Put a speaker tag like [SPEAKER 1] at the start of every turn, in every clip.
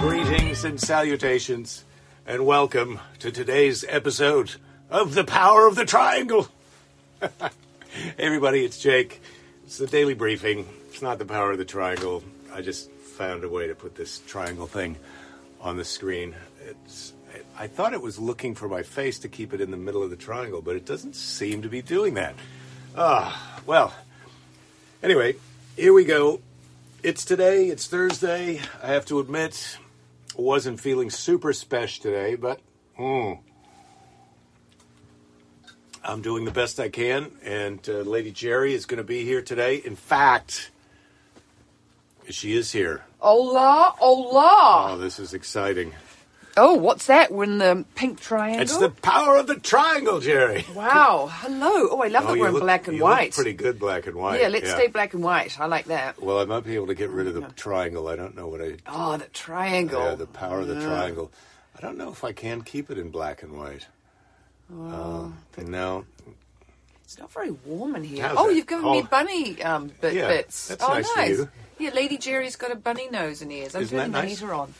[SPEAKER 1] Greetings and salutations, and welcome to today's episode of The Power of the Triangle. hey, everybody, it's Jake. It's the daily briefing. It's not The Power of the Triangle. I just found a way to put this triangle thing on the screen. It's, I thought it was looking for my face to keep it in the middle of the triangle, but it doesn't seem to be doing that. Ah, well, anyway, here we go. It's today, it's Thursday. I have to admit, wasn't feeling super special today, but mm, I'm doing the best I can. And uh, Lady Jerry is going to be here today. In fact, she is here.
[SPEAKER 2] Hola,
[SPEAKER 1] Oh,
[SPEAKER 2] hola.
[SPEAKER 1] this is exciting.
[SPEAKER 2] Oh, what's that? We're in the pink triangle.
[SPEAKER 1] It's the power of the triangle, Jerry.
[SPEAKER 2] Wow. Hello. Oh, I love that
[SPEAKER 1] you
[SPEAKER 2] we're in
[SPEAKER 1] look-
[SPEAKER 2] black and
[SPEAKER 1] you look
[SPEAKER 2] white.
[SPEAKER 1] pretty good, black and white.
[SPEAKER 2] yeah, let's stay black and white. I like that.
[SPEAKER 1] Well, I might be able to get rid of the triangle. I don't know what I.
[SPEAKER 2] Oh, the triangle.
[SPEAKER 1] Yeah, the power of the triangle. I don't know if I can keep it in black and white. Uh, no,
[SPEAKER 2] It's not very warm in here.
[SPEAKER 1] How's
[SPEAKER 2] oh,
[SPEAKER 1] it?
[SPEAKER 2] you've given
[SPEAKER 1] Oh.
[SPEAKER 2] me bunny um, bit,
[SPEAKER 1] Yeah,
[SPEAKER 2] bits.
[SPEAKER 1] that's
[SPEAKER 2] oh,
[SPEAKER 1] nice of you.
[SPEAKER 2] Yeah, Lady Jerry's got a bunny nose and ears. I'm
[SPEAKER 1] Isn't
[SPEAKER 2] turning
[SPEAKER 1] that
[SPEAKER 2] the
[SPEAKER 1] nice?
[SPEAKER 2] heater on.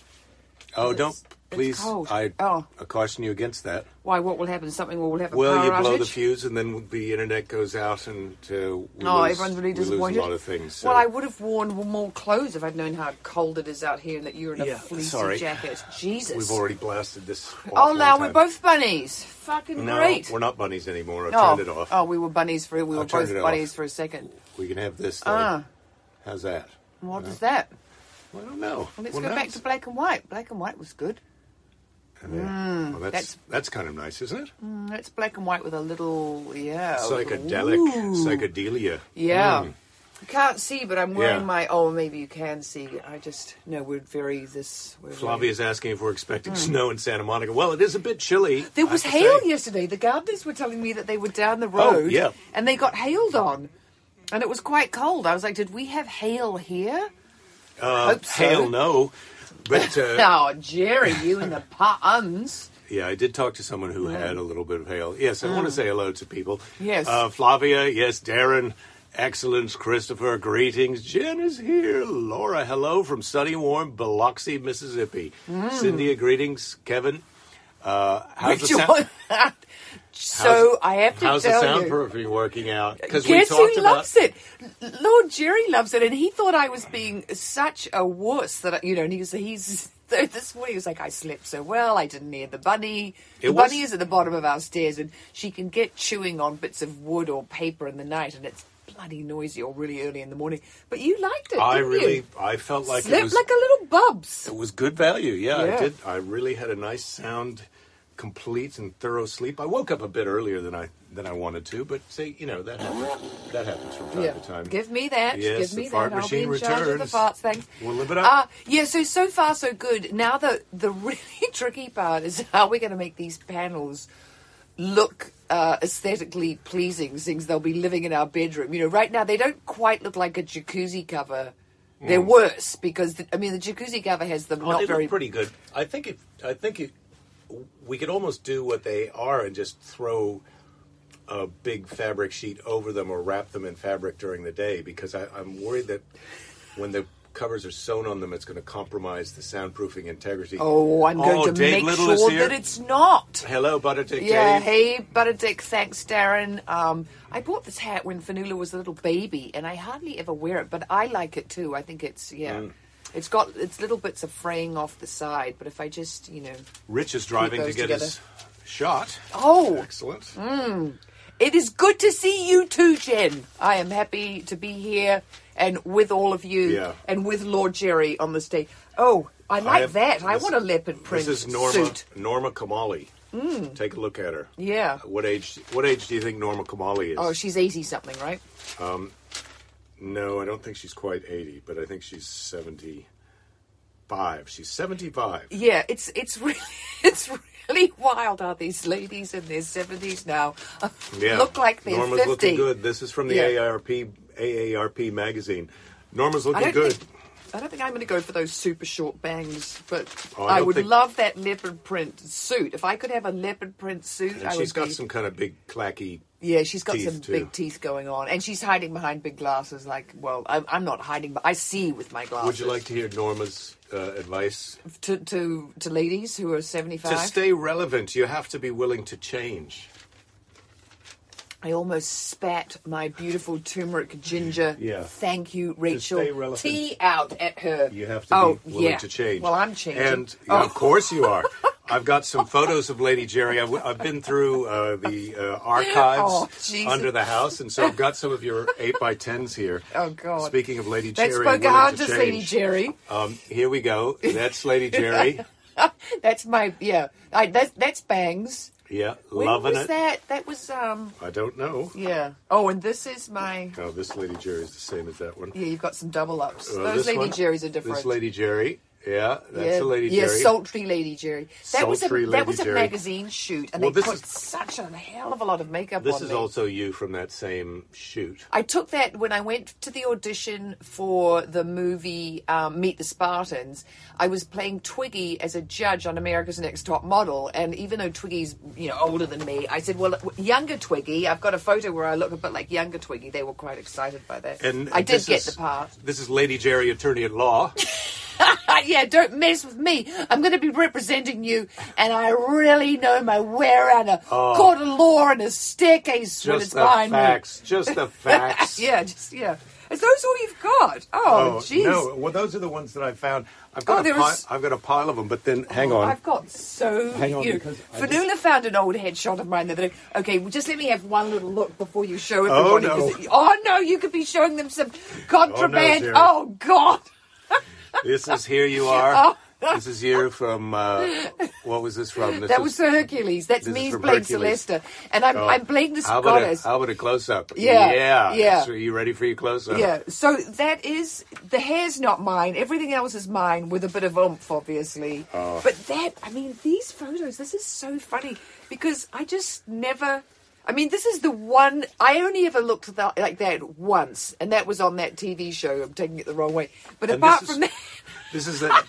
[SPEAKER 1] Oh,
[SPEAKER 2] It's-
[SPEAKER 1] don't
[SPEAKER 2] it's
[SPEAKER 1] please!
[SPEAKER 2] cold.
[SPEAKER 1] I,
[SPEAKER 2] Oh.
[SPEAKER 1] I caution you against that.
[SPEAKER 2] Why? What will happen? Something will have a
[SPEAKER 1] Well,
[SPEAKER 2] power
[SPEAKER 1] you blow the
[SPEAKER 2] outage?
[SPEAKER 1] fuse, and then the internet goes out, and uh, we
[SPEAKER 2] No,
[SPEAKER 1] lose,
[SPEAKER 2] Oh, everyone's really
[SPEAKER 1] we lose
[SPEAKER 2] disappointed.
[SPEAKER 1] a lot of things. so-
[SPEAKER 2] Well, I would have worn more clothes if I'd known how cold it is out here and that you're in a
[SPEAKER 1] Yeah,
[SPEAKER 2] fleecy
[SPEAKER 1] sorry.
[SPEAKER 2] jacket. Jesus.
[SPEAKER 1] We've already blasted this. off
[SPEAKER 2] Oh,
[SPEAKER 1] one
[SPEAKER 2] now we're
[SPEAKER 1] time.
[SPEAKER 2] both bunnies. Fucking
[SPEAKER 1] No,
[SPEAKER 2] great.
[SPEAKER 1] we're not bunnies anymore. I've
[SPEAKER 2] oh,
[SPEAKER 1] turned it off.
[SPEAKER 2] oh, we were bunnies for we were
[SPEAKER 1] turned
[SPEAKER 2] both
[SPEAKER 1] it off.
[SPEAKER 2] bunnies for a second.
[SPEAKER 1] We can have this. Though.
[SPEAKER 2] Ah.
[SPEAKER 1] How's that?
[SPEAKER 2] What is that?
[SPEAKER 1] Well, I don't know.
[SPEAKER 2] Well, let's
[SPEAKER 1] Well,
[SPEAKER 2] go back
[SPEAKER 1] that's-
[SPEAKER 2] to black and white. Black and white was good.
[SPEAKER 1] Yeah. well, that's, that's
[SPEAKER 2] Hmm, that's-
[SPEAKER 1] kind of nice, isn't it?
[SPEAKER 2] Mm, It's black and white with a little yeah
[SPEAKER 1] Psychedelic,
[SPEAKER 2] ooh.
[SPEAKER 1] psychedelia.
[SPEAKER 2] Yeah.
[SPEAKER 1] Mm.
[SPEAKER 2] You can't see, but I'm wearing
[SPEAKER 1] Yeah.
[SPEAKER 2] my. Oh, maybe you can see. I just no. We're very this. We're very-
[SPEAKER 1] Flavia's asking if we're expecting snow in Santa Monica. Well, it is a bit chilly.
[SPEAKER 2] Hmm. There
[SPEAKER 1] I
[SPEAKER 2] was
[SPEAKER 1] have to
[SPEAKER 2] hail
[SPEAKER 1] say.
[SPEAKER 2] yesterday. The gardeners were telling me that they were down the
[SPEAKER 1] Oh,
[SPEAKER 2] road
[SPEAKER 1] yeah.
[SPEAKER 2] and they got hailed on. And it was quite cold. I was like, did we have hail here?
[SPEAKER 1] Uh,
[SPEAKER 2] Hope so.
[SPEAKER 1] Hail, no. But uh,
[SPEAKER 2] Oh, Jerry, you and the puns.
[SPEAKER 1] Yeah, I did talk to someone who had a little bit of hail. Yes, I want to say hello to people.
[SPEAKER 2] Hmm. Yes.
[SPEAKER 1] Uh, Flavia, yes, Darren, excellence, Christopher, greetings. Jen is here. Laura, hello from sunny, warm Biloxi, Mississippi.
[SPEAKER 2] Hmm.
[SPEAKER 1] Cynthia, greetings. Kevin, uh, how's the
[SPEAKER 2] Which
[SPEAKER 1] sound?
[SPEAKER 2] one- so
[SPEAKER 1] how's-
[SPEAKER 2] I have to
[SPEAKER 1] how's
[SPEAKER 2] tell
[SPEAKER 1] the sound
[SPEAKER 2] you.
[SPEAKER 1] proofing working out? Because we
[SPEAKER 2] Guess who
[SPEAKER 1] talked about
[SPEAKER 2] loves it? Lord Jerry loves it, and he thought I was being such a wuss that I, you know. And he was he's so this morning he was like, I slept so well, I didn't hear the bunny.
[SPEAKER 1] It
[SPEAKER 2] the
[SPEAKER 1] was-
[SPEAKER 2] bunny is at the bottom of our stairs, and she can get chewing on bits of wood or paper in the night, and it's bloody noisy or really early in the morning. But you liked it.
[SPEAKER 1] I
[SPEAKER 2] didn't
[SPEAKER 1] really,
[SPEAKER 2] you?
[SPEAKER 1] I felt like
[SPEAKER 2] slept
[SPEAKER 1] it was
[SPEAKER 2] like a little bubs.
[SPEAKER 1] It was good value. Yeah, I
[SPEAKER 2] Yeah.
[SPEAKER 1] did. I really had a nice sound, complete and thorough sleep. I woke up a bit earlier than I than I wanted to, but see, you know that happens, that happens from time
[SPEAKER 2] Yeah.
[SPEAKER 1] to time.
[SPEAKER 2] Give me that.
[SPEAKER 1] Yes,
[SPEAKER 2] Give me
[SPEAKER 1] the fart
[SPEAKER 2] that.
[SPEAKER 1] machine
[SPEAKER 2] I'll be in charge of the
[SPEAKER 1] returns.
[SPEAKER 2] farts. Thanks.
[SPEAKER 1] We'll live it up.
[SPEAKER 2] Uh, yeah. So so far so good. Now the the really tricky part is how we're going to make these panels look uh, aesthetically pleasing. Things they'll be living in our bedroom. You know, right now they don't quite look like a jacuzzi cover. They're worse because the, I mean the jacuzzi cover has them
[SPEAKER 1] Well,
[SPEAKER 2] not
[SPEAKER 1] Mm. Oh, they
[SPEAKER 2] very
[SPEAKER 1] look pretty good. I think it. I think it. We could almost do what they are and just throw a big fabric sheet over them or wrap them in fabric during the day because I, I'm worried that when the covers are sewn on them, it's going to compromise the soundproofing integrity.
[SPEAKER 2] Oh, I'm going
[SPEAKER 1] Oh,
[SPEAKER 2] to make
[SPEAKER 1] Dave Little is
[SPEAKER 2] sure
[SPEAKER 1] here.
[SPEAKER 2] that it's not.
[SPEAKER 1] Hello, Butterdick
[SPEAKER 2] Yeah,
[SPEAKER 1] Dave.
[SPEAKER 2] hey, Butter Dick, thanks, Darren. Um, I bought this hat when Fanula was a little baby, and I hardly ever wear it, but I like it too. I think it's, yeah. It's got it's little bits of fraying off the side, but if I just, you know.
[SPEAKER 1] Rich is driving to
[SPEAKER 2] those
[SPEAKER 1] get
[SPEAKER 2] together.
[SPEAKER 1] his shot.
[SPEAKER 2] Oh,
[SPEAKER 1] Excellent.
[SPEAKER 2] it is good to see you too, Jen. I am happy to be here and with all of you
[SPEAKER 1] Yeah.
[SPEAKER 2] and with Lord Jerry on the stage. Oh, I like
[SPEAKER 1] have-
[SPEAKER 2] that. I
[SPEAKER 1] this-
[SPEAKER 2] want a leopard print
[SPEAKER 1] This is Norma
[SPEAKER 2] suit. Mm.
[SPEAKER 1] Norma Kamali. Take a look at her.
[SPEAKER 2] Yeah.
[SPEAKER 1] What age? What age do you think Norma Kamali is?
[SPEAKER 2] Oh, she's 80 something, right?
[SPEAKER 1] no, I don't think she's quite eighty, but I think she's seventy-five. She's seventy-five.
[SPEAKER 2] Yeah, it's it's really it's really wild how these ladies in their seventies now
[SPEAKER 1] Yeah.
[SPEAKER 2] look like they're
[SPEAKER 1] Norma's
[SPEAKER 2] fifty.
[SPEAKER 1] looking good. This is from the
[SPEAKER 2] Yeah.
[SPEAKER 1] AARP AARP magazine. Norma's
[SPEAKER 2] I
[SPEAKER 1] looking
[SPEAKER 2] don't
[SPEAKER 1] good.
[SPEAKER 2] think I don't think I'm going to go for those super short bangs, but
[SPEAKER 1] Oh, I
[SPEAKER 2] I,
[SPEAKER 1] don't
[SPEAKER 2] would
[SPEAKER 1] think-
[SPEAKER 2] love that leopard print suit. If I could have a leopard print suit,
[SPEAKER 1] and
[SPEAKER 2] I
[SPEAKER 1] she's
[SPEAKER 2] would
[SPEAKER 1] got
[SPEAKER 2] be-
[SPEAKER 1] some kind of big clacky
[SPEAKER 2] Yeah, she's got
[SPEAKER 1] Teeth,
[SPEAKER 2] some
[SPEAKER 1] too.
[SPEAKER 2] big teeth going on, and she's hiding behind big glasses. Like, well, I'm, I'm not hiding, but I see with my glasses.
[SPEAKER 1] Would you like to hear Norma's uh, advice?
[SPEAKER 2] to to, to ladies who are 75?
[SPEAKER 1] To stay relevant, you have to be willing to change.
[SPEAKER 2] I almost spat my beautiful turmeric ginger.
[SPEAKER 1] Yeah.
[SPEAKER 2] Thank you, Rachel.
[SPEAKER 1] relevant.
[SPEAKER 2] Tea out at her.
[SPEAKER 1] You have to
[SPEAKER 2] oh,
[SPEAKER 1] be willing
[SPEAKER 2] yeah.
[SPEAKER 1] to change.
[SPEAKER 2] Well, I'm changing.
[SPEAKER 1] And
[SPEAKER 2] Oh.
[SPEAKER 1] of course you are. I've got some photos of Lady Jerry. I've, I've been through uh, the uh,
[SPEAKER 2] Oh,
[SPEAKER 1] archives
[SPEAKER 2] Jesus.
[SPEAKER 1] under the house, and so I've got some of your 8 by 10s here.
[SPEAKER 2] Oh, God.
[SPEAKER 1] Speaking of Lady
[SPEAKER 2] That's
[SPEAKER 1] Jerry. and willing to
[SPEAKER 2] Pocahontas, Lady
[SPEAKER 1] change,
[SPEAKER 2] Jerry.
[SPEAKER 1] Um, here we go. That's Lady Jerry.
[SPEAKER 2] That's my yeah. I, that's that's bangs.
[SPEAKER 1] Yeah,
[SPEAKER 2] When
[SPEAKER 1] loving
[SPEAKER 2] was
[SPEAKER 1] it.
[SPEAKER 2] that? That was um
[SPEAKER 1] I don't know.
[SPEAKER 2] yeah. Oh, and this is my
[SPEAKER 1] Oh, this Lady Jerry is the same as that one.
[SPEAKER 2] yeah. You've got some double ups.
[SPEAKER 1] Uh,
[SPEAKER 2] Those
[SPEAKER 1] this
[SPEAKER 2] Lady
[SPEAKER 1] one-
[SPEAKER 2] Jerry's are different.
[SPEAKER 1] This Lady Jerry. Yeah, that's
[SPEAKER 2] yeah,
[SPEAKER 1] a Lady
[SPEAKER 2] yeah,
[SPEAKER 1] Jerry.
[SPEAKER 2] sultry Lady Jerry. That was a
[SPEAKER 1] Sultry Lady
[SPEAKER 2] that was a
[SPEAKER 1] Jerry.
[SPEAKER 2] magazine shoot, and
[SPEAKER 1] Well,
[SPEAKER 2] they
[SPEAKER 1] this
[SPEAKER 2] put
[SPEAKER 1] is-
[SPEAKER 2] such a hell of a lot of makeup
[SPEAKER 1] this
[SPEAKER 2] on
[SPEAKER 1] is
[SPEAKER 2] me.
[SPEAKER 1] also you from that same shoot.
[SPEAKER 2] I took that when I went to the audition for the movie um, Meet the Spartans. I was playing Twiggy as a judge on America's Next Top Model, and even though Twiggy's you know older than me, I said, "Well, w- younger Twiggy." I've got a photo where I look a bit like younger Twiggy. They were quite excited by that.
[SPEAKER 1] And
[SPEAKER 2] I did
[SPEAKER 1] this
[SPEAKER 2] get
[SPEAKER 1] is-
[SPEAKER 2] the part.
[SPEAKER 1] This is Lady Jerry, attorney at law.
[SPEAKER 2] yeah, don't mess with me. I'm going to be representing you, and I really know my way around a court of law and a staircase when it's
[SPEAKER 1] Oh. just the
[SPEAKER 2] behind me.
[SPEAKER 1] facts. Just the facts.
[SPEAKER 2] yeah, just yeah. Is those all you've got? Oh,
[SPEAKER 1] Oh
[SPEAKER 2] jeez.
[SPEAKER 1] no! Well, those are the ones that I found. I've got
[SPEAKER 2] Oh,
[SPEAKER 1] a
[SPEAKER 2] there
[SPEAKER 1] pile.
[SPEAKER 2] is- Oh,
[SPEAKER 1] I've got a pile of them. But then, hang on.
[SPEAKER 2] I've got so.
[SPEAKER 1] Hang on,
[SPEAKER 2] you know,
[SPEAKER 1] because I
[SPEAKER 2] Fanula found an old headshot of mine the other day. Okay, well, just let me have one little look before you show
[SPEAKER 1] Oh,
[SPEAKER 2] everybody.
[SPEAKER 1] no.
[SPEAKER 2] 'cause it- oh no, you could be showing them some contraband.
[SPEAKER 1] Jerry.
[SPEAKER 2] Oh, God.
[SPEAKER 1] This is here you are. This is you from. Uh, what was this from? This
[SPEAKER 2] Oh. That
[SPEAKER 1] is-
[SPEAKER 2] was for Hercules. That's
[SPEAKER 1] this is
[SPEAKER 2] me
[SPEAKER 1] from
[SPEAKER 2] playing
[SPEAKER 1] Hercules.
[SPEAKER 2] Celeste, and I'm
[SPEAKER 1] Oh.
[SPEAKER 2] I'm playing this
[SPEAKER 1] How about a,
[SPEAKER 2] goddess.
[SPEAKER 1] how about a close up?
[SPEAKER 2] Yeah,
[SPEAKER 1] yeah.
[SPEAKER 2] yeah.
[SPEAKER 1] So are you ready for your close up?
[SPEAKER 2] Yeah, so that is the hair's not mine. Everything else is mine with a bit of oomph, obviously.
[SPEAKER 1] Uh.
[SPEAKER 2] But that, I mean, these photos. This is so funny because I just never. I mean, this is the one I only ever looked at that, like that once, and that was on that TV show. I'm taking it the wrong way, but
[SPEAKER 1] And
[SPEAKER 2] apart
[SPEAKER 1] this is-
[SPEAKER 2] from that,
[SPEAKER 1] This is the.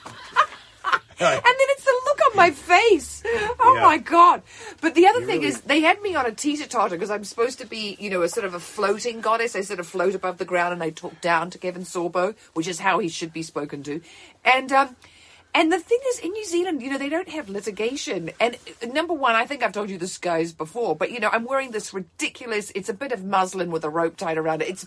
[SPEAKER 2] and then it's the look on my face. Oh
[SPEAKER 1] Yeah.
[SPEAKER 2] my god! But the other
[SPEAKER 1] You
[SPEAKER 2] thing
[SPEAKER 1] really-
[SPEAKER 2] is, they had me on a teeter totter because I'm supposed to be, you know, a sort of a floating goddess. I sort of float above the ground and I talk down to Kevin Sorbo, which is how he should be spoken to. And um, and the thing is, in New Zealand, you know, they don't have litigation. And uh, number one, I think I've told you this guys before, but you know, I'm wearing this ridiculous. It's a bit of muslin with a rope tied around it. It's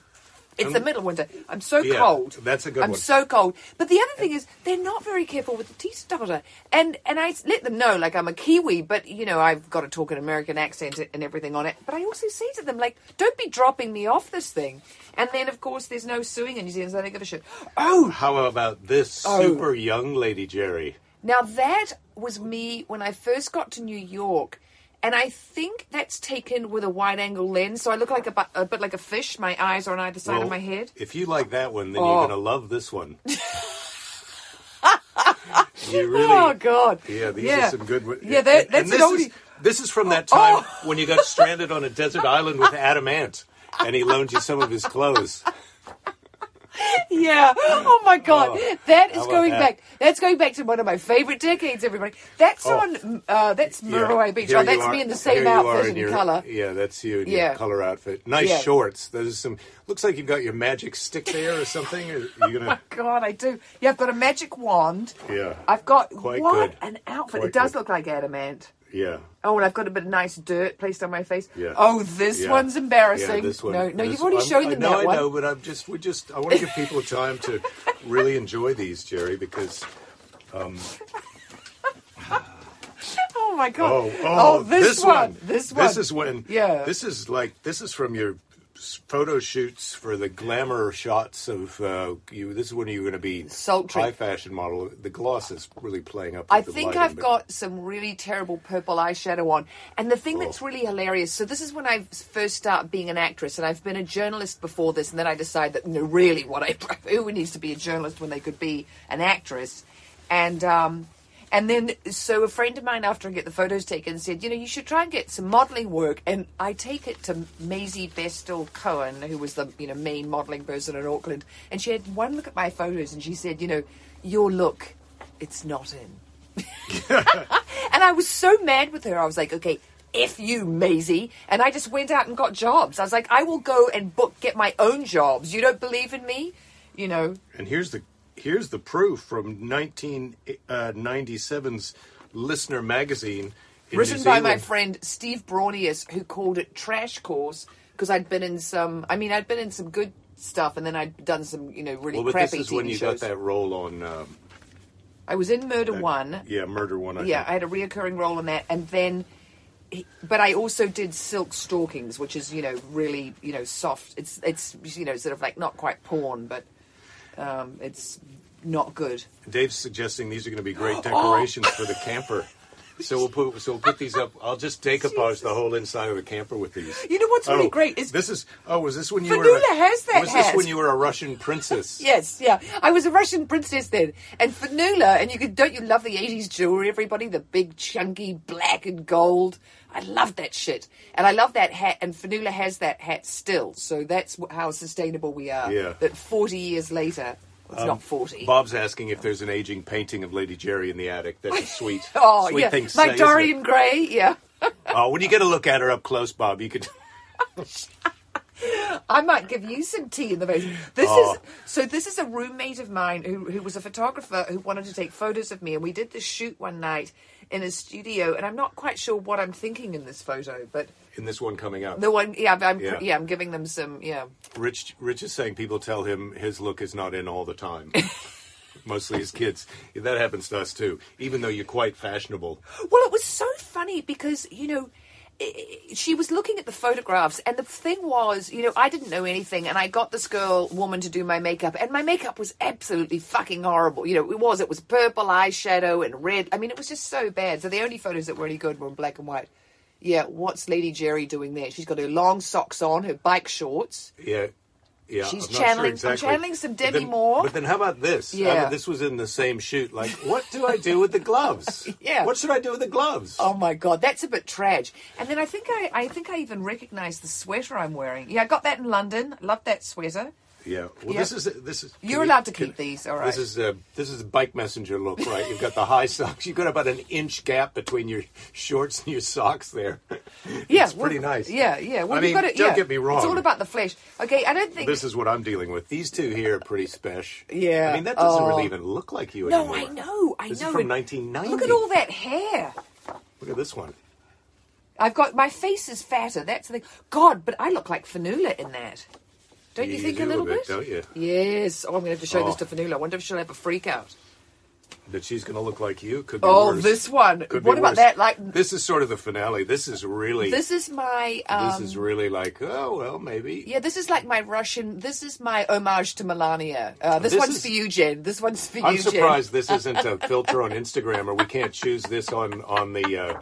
[SPEAKER 2] it's
[SPEAKER 1] Um,
[SPEAKER 2] the middle of winter. I'm so
[SPEAKER 1] Yeah,
[SPEAKER 2] cold.
[SPEAKER 1] that's a good
[SPEAKER 2] I'm
[SPEAKER 1] one.
[SPEAKER 2] so cold. But the other thing is, they're not very careful with the teeth stutter. And and I s- let them know, like I'm a Kiwi, but you know I've got to talk an American accent and everything on it. But I also say to them, like, don't be dropping me off this thing. And then of course there's no suing in New Zealand. So they don't give a shit. Oh,
[SPEAKER 1] How about this super young lady Jerry?
[SPEAKER 2] now that was me when I first got to New York, and I think that's taken with a wide-angle lens, so I look like a, bu- a bit like a fish. My eyes are on either side of
[SPEAKER 1] Well,
[SPEAKER 2] my head.
[SPEAKER 1] If you like that one, then
[SPEAKER 2] Oh.
[SPEAKER 1] you're gonna love this one. you really.
[SPEAKER 2] Oh God!
[SPEAKER 1] Yeah, these are some good ones.
[SPEAKER 2] Yeah, that,
[SPEAKER 1] And-
[SPEAKER 2] that's Oh. an
[SPEAKER 1] and this
[SPEAKER 2] oldie.
[SPEAKER 1] Is, this is from that time when you got stranded on a desert island with Adam Ant, and he loaned you some of his clothes.
[SPEAKER 2] Yeah. Oh my God,
[SPEAKER 1] Oh,
[SPEAKER 2] that
[SPEAKER 1] how
[SPEAKER 2] is
[SPEAKER 1] about
[SPEAKER 2] going
[SPEAKER 1] that?
[SPEAKER 2] back. That's going back to one of my favorite decades. Everybody, that's
[SPEAKER 1] Oh.
[SPEAKER 2] on. Uh, that's
[SPEAKER 1] Yeah,
[SPEAKER 2] Murai Beach.
[SPEAKER 1] here
[SPEAKER 2] Oh,
[SPEAKER 1] you
[SPEAKER 2] that's
[SPEAKER 1] are-
[SPEAKER 2] me in the same
[SPEAKER 1] here you are
[SPEAKER 2] outfit
[SPEAKER 1] in
[SPEAKER 2] and
[SPEAKER 1] your- e-,
[SPEAKER 2] color.
[SPEAKER 1] Yeah, that's you in
[SPEAKER 2] Yeah.
[SPEAKER 1] your color outfit. Nice
[SPEAKER 2] Yeah.
[SPEAKER 1] shorts. Those are some. Looks like you've got your magic stick there or something. Are you gonna?
[SPEAKER 2] God, I do. Yeah, I've got a magic wand.
[SPEAKER 1] Yeah.
[SPEAKER 2] I've got
[SPEAKER 1] Quite
[SPEAKER 2] what
[SPEAKER 1] good.
[SPEAKER 2] an outfit.
[SPEAKER 1] Quite
[SPEAKER 2] it does
[SPEAKER 1] good.
[SPEAKER 2] look like adamant.
[SPEAKER 1] Yeah.
[SPEAKER 2] Oh, and I've got a bit of nice dirt placed on my face.
[SPEAKER 1] Yeah.
[SPEAKER 2] Oh, this
[SPEAKER 1] Yeah.
[SPEAKER 2] one's embarrassing.
[SPEAKER 1] Yeah, this one,
[SPEAKER 2] No, no,
[SPEAKER 1] this
[SPEAKER 2] you've already
[SPEAKER 1] one-
[SPEAKER 2] shown
[SPEAKER 1] I
[SPEAKER 2] them
[SPEAKER 1] know,
[SPEAKER 2] that
[SPEAKER 1] I
[SPEAKER 2] one.
[SPEAKER 1] know, but I'm just, we just, I want to give people time to really enjoy these, Jerry, because
[SPEAKER 2] Oh my God.
[SPEAKER 1] oh, oh,
[SPEAKER 2] this, one. This one.
[SPEAKER 1] this is when,
[SPEAKER 2] Yeah.
[SPEAKER 1] this is like, this is from your s- photo shoots for the glamour shots of uh, you. This is when you're going to be
[SPEAKER 2] Sultry.
[SPEAKER 1] high fashion model. The gloss is really playing up.
[SPEAKER 2] I
[SPEAKER 1] with the
[SPEAKER 2] think
[SPEAKER 1] lighting,
[SPEAKER 2] I've
[SPEAKER 1] but-
[SPEAKER 2] got some really terrible purple eyeshadow on. And the thing that's really hilarious so, this is when I first start being an actress, and I've been a journalist before this, and then I decide that, no, really, what I who needs to be a journalist when they could be an actress? And, um, and then, so a friend of mine, after I get the photos taken, said, you know, you should try and get some modeling work. And I take it to Maisie Bestel Cohen, who was the, you know, main modeling person in Auckland. And she had one look at my photos and she said, you know, your look, it's not in. And I was so mad with her. I was like, okay, F you, Maisie. And I just went out and got jobs. I was like, I will go and book, get my own jobs. You don't believe in me? You know,
[SPEAKER 1] And here's the here's the proof from 1997's Listener magazine. in
[SPEAKER 2] written
[SPEAKER 1] New
[SPEAKER 2] by my
[SPEAKER 1] Zealand.
[SPEAKER 2] friend Steve Brawnius, who called it Trash Course because I'd been in some, I mean, I'd been in some good stuff and then I'd done some, you know, really
[SPEAKER 1] Well, but
[SPEAKER 2] crappy
[SPEAKER 1] this is
[SPEAKER 2] TV
[SPEAKER 1] when you
[SPEAKER 2] shows.
[SPEAKER 1] got that role on. Um,
[SPEAKER 2] I was in Murder One.
[SPEAKER 1] yeah, Murder One. I
[SPEAKER 2] yeah,
[SPEAKER 1] think.
[SPEAKER 2] I had a reoccurring role in that, and then, he, but I also did Silk Stockings, which is you know really you know soft. It's it's you know sort of like not quite porn, but um, it's not good.
[SPEAKER 1] Dave's suggesting these are going to be
[SPEAKER 2] Oh!
[SPEAKER 1] great decorations for the camper. So we'll put so we'll put these up. I'll just decoupage the whole inside of the camper with these.
[SPEAKER 2] You know what's really
[SPEAKER 1] Oh,
[SPEAKER 2] great is
[SPEAKER 1] this is oh was this when you were
[SPEAKER 2] Fanula has that
[SPEAKER 1] was
[SPEAKER 2] hat.
[SPEAKER 1] this when you were a Russian princess?
[SPEAKER 2] Yes, yeah. I was a Russian princess then, and Fanula, and you could don't you love the eighties jewelry, everybody? The big chunky black and gold. I love that shit, and I love that hat. And Fanula has that hat still, so that's wh- how sustainable we are.
[SPEAKER 1] Yeah. Um,
[SPEAKER 2] That forty years later, well, it's not forty.
[SPEAKER 1] Bob's asking if there's an aging painting of Lady Jerry in the attic. That's a sweet,
[SPEAKER 2] oh
[SPEAKER 1] sweet
[SPEAKER 2] yeah,
[SPEAKER 1] thing to say,
[SPEAKER 2] like
[SPEAKER 1] isn't it?
[SPEAKER 2] Dorian Gray. Yeah,
[SPEAKER 1] Oh, when you get a look at her up close, Bob, you could.
[SPEAKER 2] I might give you some tea in the face. This
[SPEAKER 1] Oh.
[SPEAKER 2] is so. This is a roommate of mine who who was a photographer who wanted to take photos of me, and we did this shoot one night in his studio. And I'm not quite sure what I'm thinking in this photo, but
[SPEAKER 1] In this one coming up,
[SPEAKER 2] the one, yeah, I'm yeah,
[SPEAKER 1] Yeah.
[SPEAKER 2] I'm giving them some, yeah.
[SPEAKER 1] Rich Rich is saying people tell him his look is not in all the time. Mostly his kids. That happens to us too. Even though you're quite fashionable,
[SPEAKER 2] Well, it was so funny because, you know, i- i- she was looking at the photographs, and the thing was, you know, I didn't know anything, and I got this girl, woman, to do my makeup, and my makeup was absolutely fucking horrible. You know, it was. It was purple eyeshadow and red. I mean, it was just so bad. So the only photos that were any good were in black and white. Yeah, what's Lady Jerry doing there? She's got her long socks on, her bike shorts.
[SPEAKER 1] yeah, yeah.
[SPEAKER 2] She's
[SPEAKER 1] I'm not
[SPEAKER 2] channeling-
[SPEAKER 1] Sure
[SPEAKER 2] I'm
[SPEAKER 1] exactly.
[SPEAKER 2] channeling some
[SPEAKER 1] But
[SPEAKER 2] Demi
[SPEAKER 1] then-
[SPEAKER 2] Moore.
[SPEAKER 1] But then how about this? I mean,
[SPEAKER 2] Yeah.
[SPEAKER 1] this was in the same shoot. Like, what do I do with the gloves?
[SPEAKER 2] Yeah.
[SPEAKER 1] What should I do with the gloves?
[SPEAKER 2] Oh my god, that's a bit trash. And then I think I, I think I even recognised the sweater I'm wearing. Yeah, I got that in London. Love that sweater.
[SPEAKER 1] Yeah. Well,
[SPEAKER 2] Yeah.
[SPEAKER 1] this is this is. can
[SPEAKER 2] You're allowed to keep these, all right.
[SPEAKER 1] This is uh, this is a bike messenger look, right? You've got the high socks. You've got about an inch gap between your shorts and your socks there.
[SPEAKER 2] Yeah,
[SPEAKER 1] it's pretty
[SPEAKER 2] well,
[SPEAKER 1] nice.
[SPEAKER 2] Yeah, yeah. Well,
[SPEAKER 1] I
[SPEAKER 2] you've
[SPEAKER 1] mean,
[SPEAKER 2] got it.
[SPEAKER 1] don't
[SPEAKER 2] yeah.
[SPEAKER 1] get me wrong.
[SPEAKER 2] It's all about the flesh. Okay, I don't think.
[SPEAKER 1] This is what I'm dealing with. These two here are pretty special.
[SPEAKER 2] Yeah.
[SPEAKER 1] I mean, that doesn't
[SPEAKER 2] Oh.
[SPEAKER 1] really even look like you
[SPEAKER 2] no,
[SPEAKER 1] anymore.
[SPEAKER 2] I know, I
[SPEAKER 1] This
[SPEAKER 2] know.
[SPEAKER 1] is from
[SPEAKER 2] And
[SPEAKER 1] 1990.
[SPEAKER 2] Look at all that hair.
[SPEAKER 1] Look at this one.
[SPEAKER 2] I've got my face is fatter. That's the thing. God, but I look like Fanula in that. Don't you,
[SPEAKER 1] You
[SPEAKER 2] think
[SPEAKER 1] do
[SPEAKER 2] a
[SPEAKER 1] a
[SPEAKER 2] little
[SPEAKER 1] bit, don't you?
[SPEAKER 2] Yes. Oh, I'm going to have to show this
[SPEAKER 1] Oh.
[SPEAKER 2] to Fanula. I wonder if she'll have a freak out.
[SPEAKER 1] That she's going to look like you could be
[SPEAKER 2] Oh,
[SPEAKER 1] worse.
[SPEAKER 2] this one.
[SPEAKER 1] Could be
[SPEAKER 2] what about
[SPEAKER 1] worse.
[SPEAKER 2] that? Like
[SPEAKER 1] this is sort of the finale. This is really.
[SPEAKER 2] this is my. Um,
[SPEAKER 1] this is really like. Oh well, maybe.
[SPEAKER 2] Yeah, this is like my Russian. This is my homage to Melania. Uh, this,
[SPEAKER 1] This
[SPEAKER 2] one's
[SPEAKER 1] is-
[SPEAKER 2] for you, Jen. This one's for
[SPEAKER 1] I'm
[SPEAKER 2] you,
[SPEAKER 1] surprised this isn't a filter on Instagram, or we can't choose this on on the uh,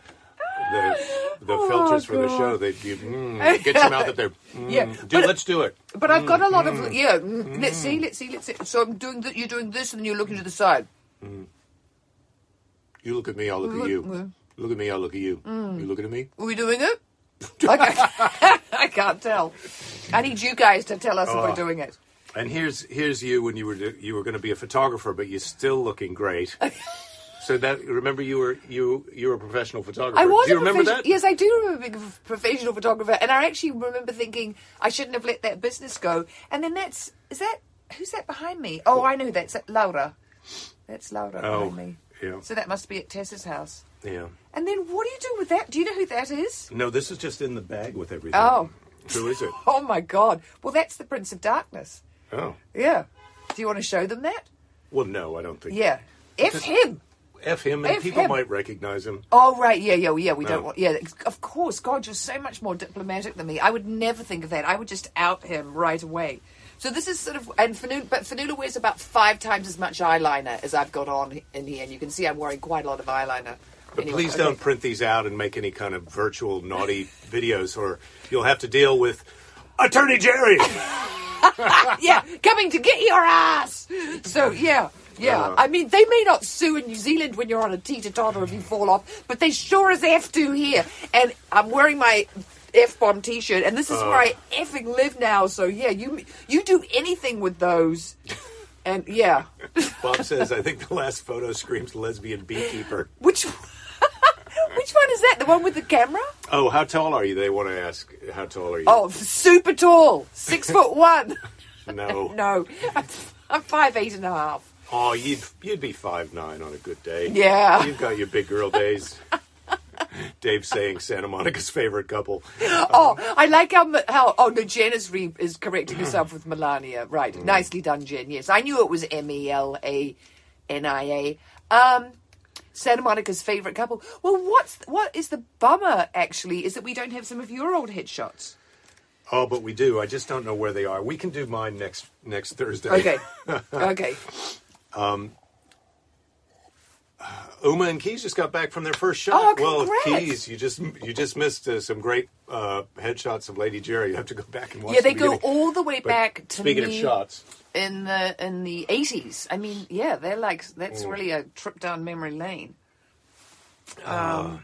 [SPEAKER 1] the, the
[SPEAKER 2] Oh,
[SPEAKER 1] filters for the
[SPEAKER 2] God.
[SPEAKER 1] show. That you mm, get your mouth up there. Mm,
[SPEAKER 2] Yeah,
[SPEAKER 1] do,
[SPEAKER 2] but-
[SPEAKER 1] let's do it.
[SPEAKER 2] Jen. But I've got a lot
[SPEAKER 1] Mm-hmm.
[SPEAKER 2] of yeah. mm, Let's see, let's see, let's see. So I'm doing that. You're doing this, and then you're looking to the side.
[SPEAKER 1] You look at me, I'll look at you.
[SPEAKER 2] Mm.
[SPEAKER 1] Look at me, I'll look at you. You looking at me?
[SPEAKER 2] Are we doing it? I, I can't tell. I need you guys to tell us if
[SPEAKER 1] Oh.
[SPEAKER 2] we're doing it.
[SPEAKER 1] And here's here's you when you were you were going to be a photographer, but you're still looking great. so that remember you were you you were a professional photographer.
[SPEAKER 2] I was
[SPEAKER 1] do you
[SPEAKER 2] a
[SPEAKER 1] remember
[SPEAKER 2] profession-
[SPEAKER 1] that?
[SPEAKER 2] Yes, I do remember being a f- professional photographer, and I actually remember thinking I shouldn't have let that business go. And then that's is that who's that behind me? Oh, I know that's Laura. That's Laura
[SPEAKER 1] Oh,
[SPEAKER 2] behind me.
[SPEAKER 1] yeah.
[SPEAKER 2] So that must be at Tessa's house.
[SPEAKER 1] Yeah.
[SPEAKER 2] And then what do you do with that? Do you know who that is?
[SPEAKER 1] No, this is just in the bag with everything.
[SPEAKER 2] Oh.
[SPEAKER 1] Who is it?
[SPEAKER 2] Oh my God! Well, that's the Prince of Darkness.
[SPEAKER 1] Oh.
[SPEAKER 2] Yeah. Do you want to show them that?
[SPEAKER 1] Well, no, I don't think.
[SPEAKER 2] Yeah. F him.
[SPEAKER 1] F him, and
[SPEAKER 2] F
[SPEAKER 1] people
[SPEAKER 2] him.
[SPEAKER 1] might recognize him.
[SPEAKER 2] Oh right, yeah, yeah, yeah. We
[SPEAKER 1] No.
[SPEAKER 2] don't want. Yeah, ex- of course. God, you're so much more diplomatic than me. I would never think of that. I would just out him right away. So this is sort of and Fanula, but Fanula wears about five times as much eyeliner as I've got on in here, and you can see I'm wearing quite a lot of eyeliner.
[SPEAKER 1] But
[SPEAKER 2] Anyway,
[SPEAKER 1] please
[SPEAKER 2] okay.
[SPEAKER 1] don't print these out and make any kind of virtual naughty videos, or you'll have to deal with Attorney Jerry.
[SPEAKER 2] yeah, coming to get your ass. So yeah. Yeah,
[SPEAKER 1] Uh.
[SPEAKER 2] I mean, they may not sue in New Zealand when you're on a teeter-totter if you fall off, but they sure as F do here. And I'm wearing my F-bomb T-shirt, and this is where I effing live now. So yeah, you you do anything with those, and yeah,
[SPEAKER 1] Bob says, I think the last photo screams lesbian beekeeper.
[SPEAKER 2] which which Which one is that? The one with the camera?
[SPEAKER 1] Oh, how tall are you? They want to ask, how tall are you?
[SPEAKER 2] Oh, super tall, six foot one.
[SPEAKER 1] no.
[SPEAKER 2] No, I'm, I'm five eight and a half.
[SPEAKER 1] Oh, you'd you'd be five nine on a good day.
[SPEAKER 2] Yeah.
[SPEAKER 1] you've got your big girl days. Dave's saying Santa Monica's favorite couple.
[SPEAKER 2] Oh, I like how Ma- how. Oh no, Jen is re, is correcting herself with Melania. Right,
[SPEAKER 1] Mm.
[SPEAKER 2] nicely done, Jen. Yes, I knew it was M E L A N I A. Um, Santa Monica's favorite couple. Well, what's what is the bummer actually is that we don't have some of your old headshots.
[SPEAKER 1] Oh, but we do. I just don't know where they are. We can do mine next next Thursday.
[SPEAKER 2] Okay, okay.
[SPEAKER 1] Uma and Keys just got back from their first shot.
[SPEAKER 2] Oh,
[SPEAKER 1] well,
[SPEAKER 2] congrats.
[SPEAKER 1] Keys, you just you just missed uh, some great uh, headshots of Lady Jerry. You have to go back and watch.
[SPEAKER 2] Yeah, they
[SPEAKER 1] the
[SPEAKER 2] go
[SPEAKER 1] beginning.
[SPEAKER 2] all the way
[SPEAKER 1] But
[SPEAKER 2] back to
[SPEAKER 1] speaking
[SPEAKER 2] me-
[SPEAKER 1] of shots.
[SPEAKER 2] in the in the eighties. I mean, yeah, they're like that's
[SPEAKER 1] Mm.
[SPEAKER 2] really a trip down memory lane.
[SPEAKER 1] Ah.
[SPEAKER 2] Um,